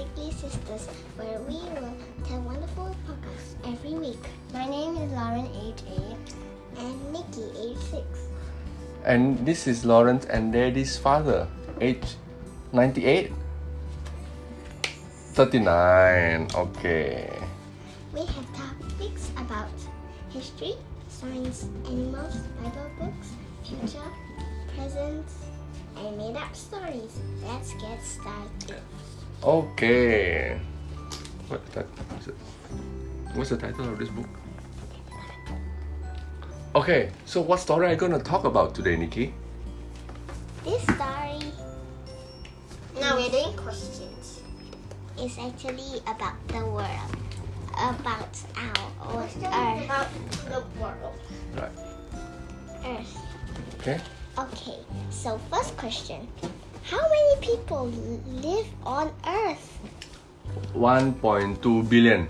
Sisters, where we will tell wonderful podcasts every week. My name is Lauren, age 8, and Nikki, age 6. And this is Lawrence and Daddy's father, age 98. 39, okay. We have topics about history, science, animals, Bible books, future, presents, and made up stories. Let's get started. Okay. What the, what's, the, what's the title of this book? Okay, so what story are you gonna talk about today, Nikki? This story Now we're doing questions. is actually about the world, about our own Questions Earth. about the world. Right. Earth. Okay. Okay, so first question. How many people live on Earth? 1.2 billion.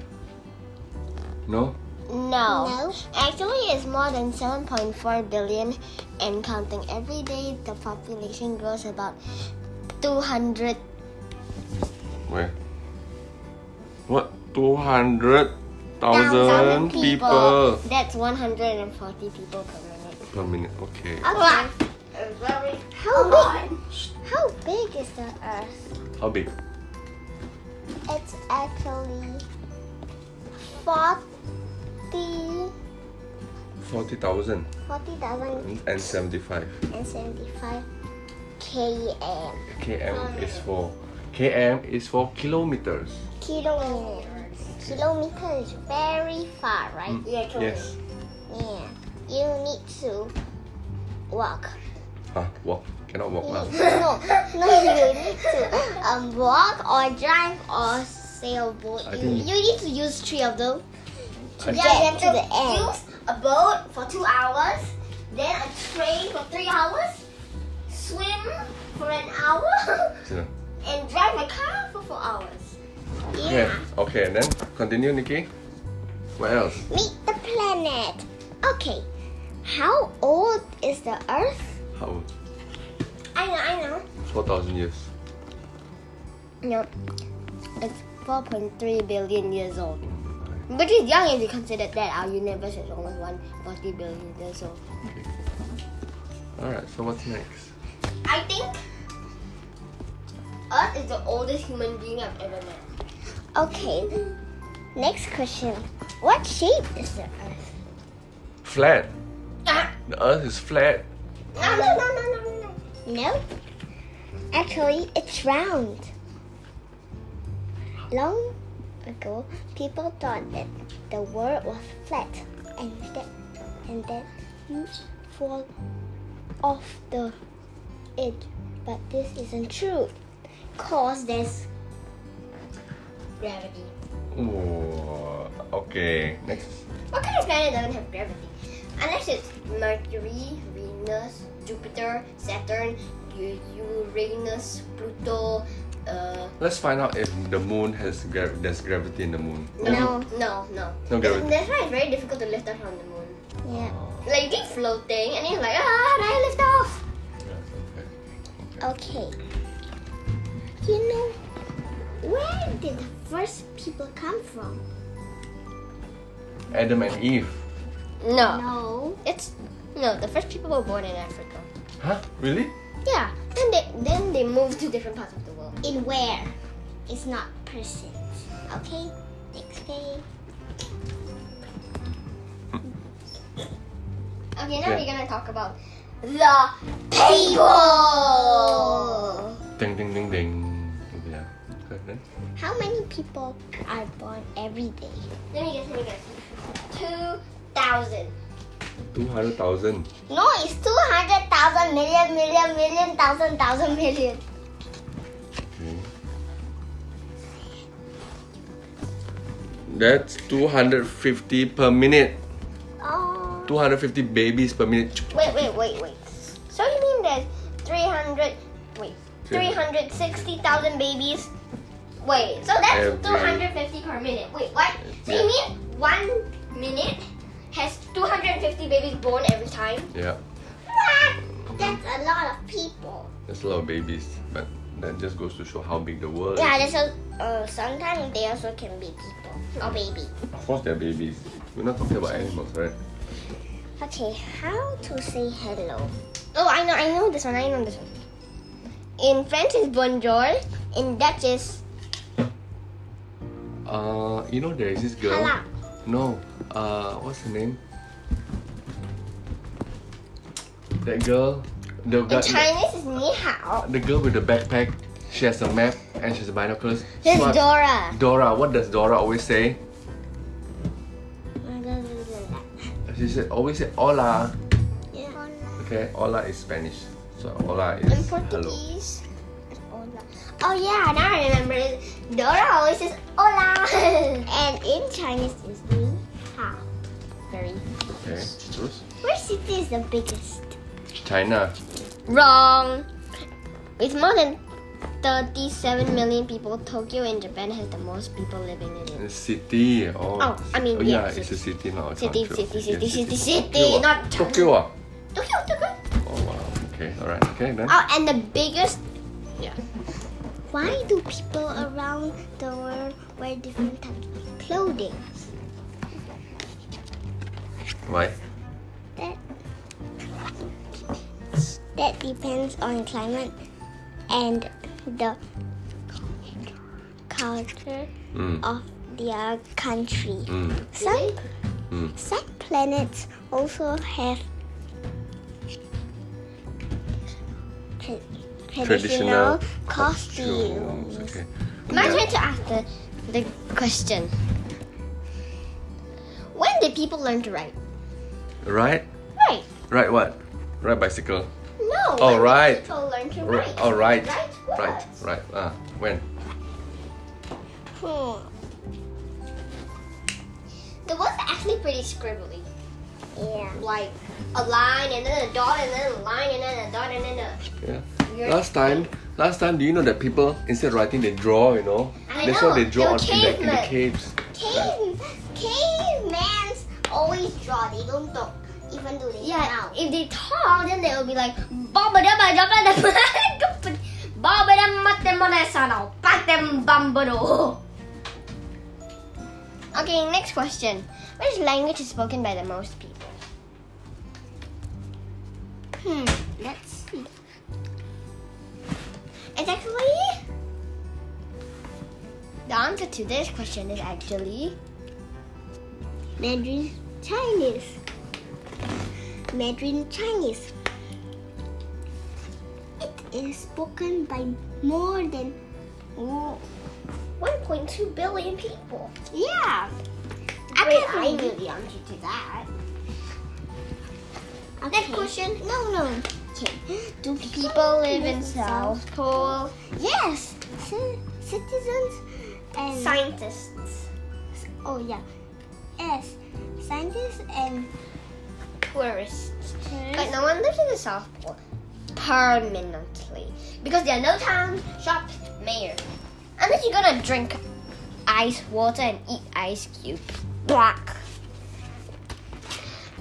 No? No. No. Actually, it's more than 7.4 billion and counting. Every day, the population grows about 200. Wait. What? 200,000 people That's 140 people per minute. per minute. Okay. Okay. Very How big? How big is the Earth? How big? It's actually forty, 40,000 forty thousand and 75. and seventy-five km Oh, KM is for KM is for kilometers. kilometers. Kilometer is very far, right? Mm. Yeah, Yes. Yeah. You need to walk. Huh? Walk. Cannot walk now. no, no, you need to um, walk or drive or sailboat. I You, think- you need to use three of them to I- get Yeah, you have to to the end. use a boat for two hours, then a train for three hours, swim for an hour, Yeah. and drive a car for four hours. Okay. Okay. Then continue, Nikki. What else? Meet the planet. Okay, how old is the Earth? How old? I know, I know. Four thousand years. No, it's 4.3 billion years old. Which is young if you consider that our universe is almost 140 billion years old. All right. So what's next? I think Earth is the oldest human being I've ever met. Okay, next question. What shape is the Earth? Flat. Ah, The Earth is flat. no, no, no, no, no, no. No, actually, it's round. Long ago, people thought that the world was flat, and that and that you fall off the edge. But this isn't true, cause there's Gravity. Oh, okay. Next. What kind of planet doesn't have gravity? Unless it's Mercury, Venus, Jupiter, Saturn, U- Uranus, Pluto. Uh, Let's find out if the moon has gra- there's gravity in the moon. No. no, no. No gravity. That's why it's very difficult to lift up from the moon. yeah. Oh, Like you keep floating, and you're like, ah, I lift off. Okay. Okay. You know, where did the first people come from? Adam and Eve. No, No. it's no. The first people were born in Africa. Huh? Really? Yeah. Then they then they moved to different parts of the world. In where? It's not present. Okay? Next day. Okay, now Yeah. we're gonna talk about the people. Ding ding ding ding. Yeah. Okay, then. How many people are born every day? Let me guess, let me guess. 2,000. Two hundred thousand. No, it's 200,000 million, million, million, thousand, thousand million. Okay. That's 250 per minute. Oh. 250 babies per minute. Wait, wait, wait, wait. So you mean there's 300, wait, 360,000 babies? Wait, so that's Every- 250 per minute. Wait, what? So you Yeah. mean one minute has 250 babies born every time? Yeah, What? That's a lot of people. that's a lot of babies. But That just goes to show how big the world Yeah, is. there's a, uh, sometimes they also can be people or baby. Of course, they're babies. We're not talking about animals, right? Okay, how to say hello? Oh, I know, I know this one. I know this one. In French is bonjour. In Dutch is Uh, you know, there is this girl. Hello. No. Uh, what's her name? That girl. The, in guy- Chinese is ni hao. the girl with the backpack. She has a map and she has binoculars. This Smart. is Dora. Dora. What does Dora always say? My God, this is like She said always say hola. that. Yeah. Okay, hola is Spanish. So hola In is hello. Portuguese. it's Hola. Oh yeah, now I remember it. Dora always says hola. and in Chinese is ni hao. Very. Okay, terus Which city is the biggest? China. Wrong. With more than 37 million people, Tokyo in Japan has the most people living in it. A City. Oh. Oh, I mean, oh, yeah, yeah, it's a city, not a City, country. city, Yeah, city, city, Tokyo, city, ah. not Tokyo. ah. Tokyo, Tokyo. Oh wow. Okay. All right. Okay then. Oh, and the biggest. Yeah. Why do people around the world wear different types of clothing? Why? That that depends on climate and the culture Mm. of their country. Mm. Some, Mm. some planets also have tra- traditional, costumes. Okay. My turn to ask the, the question. When did people learn to ride? Right. Right. Right. What? Right bicycle. No. Oh, when did right. People learn to Right. ride. Oh right. Right. Right. Right. Ah. When? Hmm. The words are actually pretty scribbly. Yeah. Like a line and then a dot and then a line and then a dot and then a. Yeah. You're- Last time, last time, do you know that people instead of writing they draw? You know, I that's know, what they draw they're in the, in the cavemen. caves. Cave, cavemen always draw. They don't talk, even though they Yeah, if they talk, then they'll be like, Baba daba daba daba Baba dama demonesano, patem bambado. Okay, next question. Which language is spoken by the most people? Hmm. Let's see. It's actually. The answer to this question is actually. Mandarin Chinese. Mandarin Chinese. It is spoken by more than oh, 1.2 billion people. yeah. Wait, can't I knew believe- the answer to that. Okay. Next question. No, no. Okay. Do People live in South Pole. Yes. Ci- citizens and Scientists. oh yeah. Yes. Scientists and Tourists. But no one lives in the South Pole permanently because there are no towns, shops, mayor. Unless you're gonna drink ice water and eat ice cube. Black.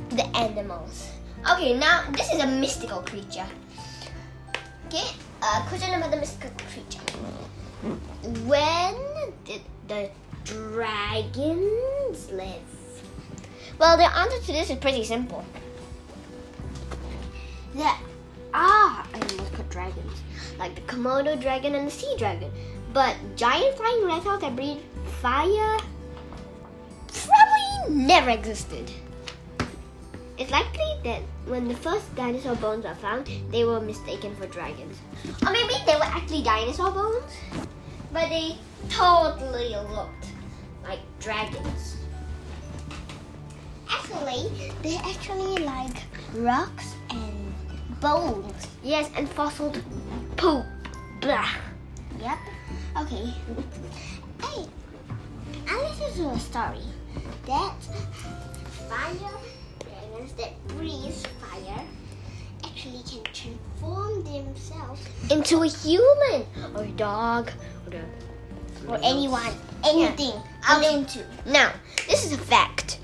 The animals. Okay, now this is a mystical creature. Okay, uh, question about the mystical creature. When did the dragons live? Well, the answer to this is pretty simple. There are animals called dragons, like the Komodo dragon and the sea dragon. But giant flying reptiles that breathe fire probably never existed. It's likely that when the first dinosaur bones were found, they were mistaken for dragons. Or maybe they were actually dinosaur bones, but they totally looked like dragons. actually they actually like rocks and bones. Yes, and fossil poop. Blah. Yep. Okay. Hey, I listened to a story that fire dragons that breathe fire actually can transform themselves Into a human, or a dog, or a or anyone, anything. I'll name two. Now, this is a fact.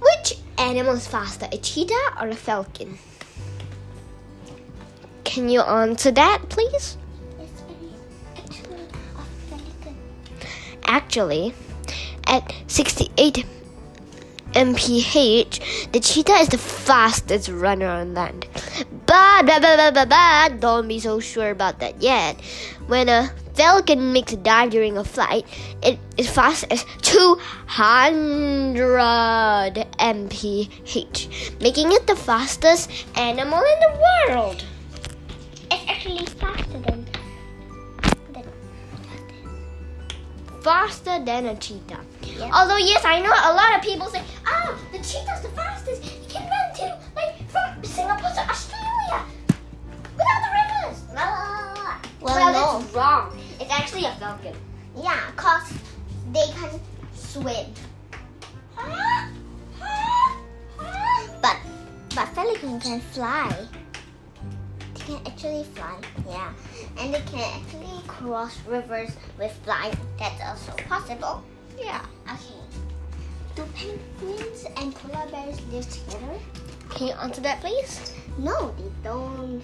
Which animal is faster, a cheetah or a falcon? Can you answer that, please? Yeah. Actually, at 68 mph, the cheetah is the fastest runner on land. But blah, blah, blah, blah, blah, don't be so sure about that yet. When a falcon makes a dive during a flight, it is fast as 200 mph, making it the fastest animal in the world. It's actually faster than the faster than a cheetah. Yeah. Although yes, I know a lot of people say, "Oh, the cheetah's the fastest. It can run to like from Singapore to Australia without the rivers." La, la, la, la, la. Well, well no. that's wrong. It's actually a falcon. Yeah, cause they can swim. But but pelicans can fly. They can actually fly. Yeah, and they can actually cross rivers with flying. That's also possible. Yeah. Okay. Do penguins and polar bears live together? Can you answer that, please? No, they don't.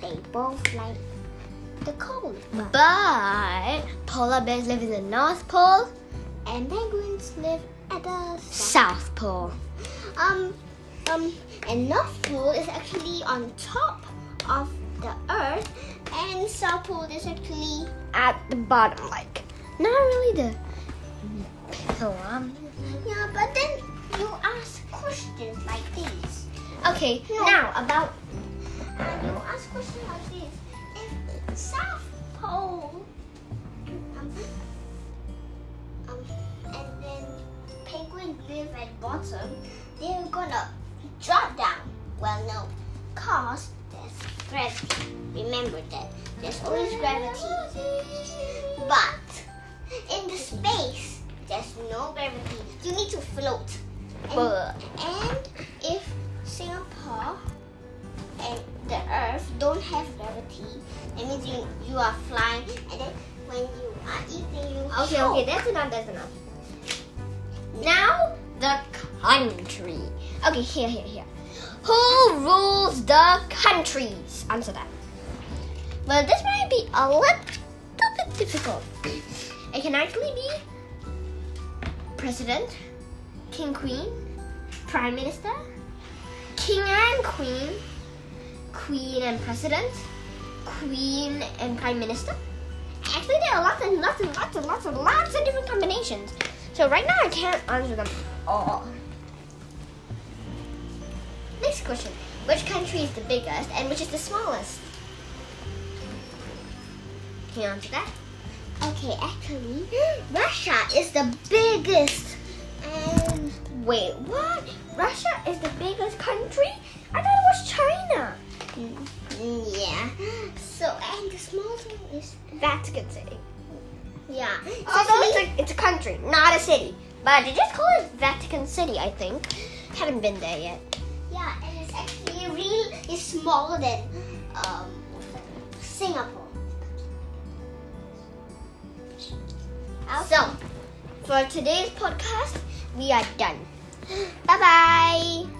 They both like the cold. But polar bears live in the North Pole, And penguins live at the south. South Pole. Um, um, and North Pole is actually on top of the Earth, and South Pole is actually At the bottom, like not really the pyramid. yeah. But then you ask questions like this. Okay, now about And you ask questions like this. If South Pole, um, um, and then penguin live at bottom, they're gonna drop down. Well, no, cause there's gravity. Remember that there's always gravity. But in the space, there's no gravity. You need to float. And, But- and if Singapore and the Earth don't have gravity, that means you, you are flying, and then when you are eating, you Okay, choke. okay, that's enough, that's enough. Now, the country. Okay, here, here, here. Who rules the countries? Answer that. Well, this might be a little bit difficult. It can actually be president, king, queen, prime minister, king and queen, queen and president, queen and prime minister. Actually, there are lots and lots and lots and lots and lots of different combinations. So right now, I can't answer them all. Next question: Which country is the biggest and which is the smallest? Can you answer that? Okay, actually, Russia is the biggest. And Wait, what? Russia is the biggest country? I thought it was China. mm, yeah, so and the smallest one is Vatican City. yeah. It's Although actually- it's a, it's a country, not a city. But they just call it Vatican City, I think. Haven't been there yet. yeah, and it's actually real. It's smaller than um Singapore. So, for today's podcast, we are done. Bye bye.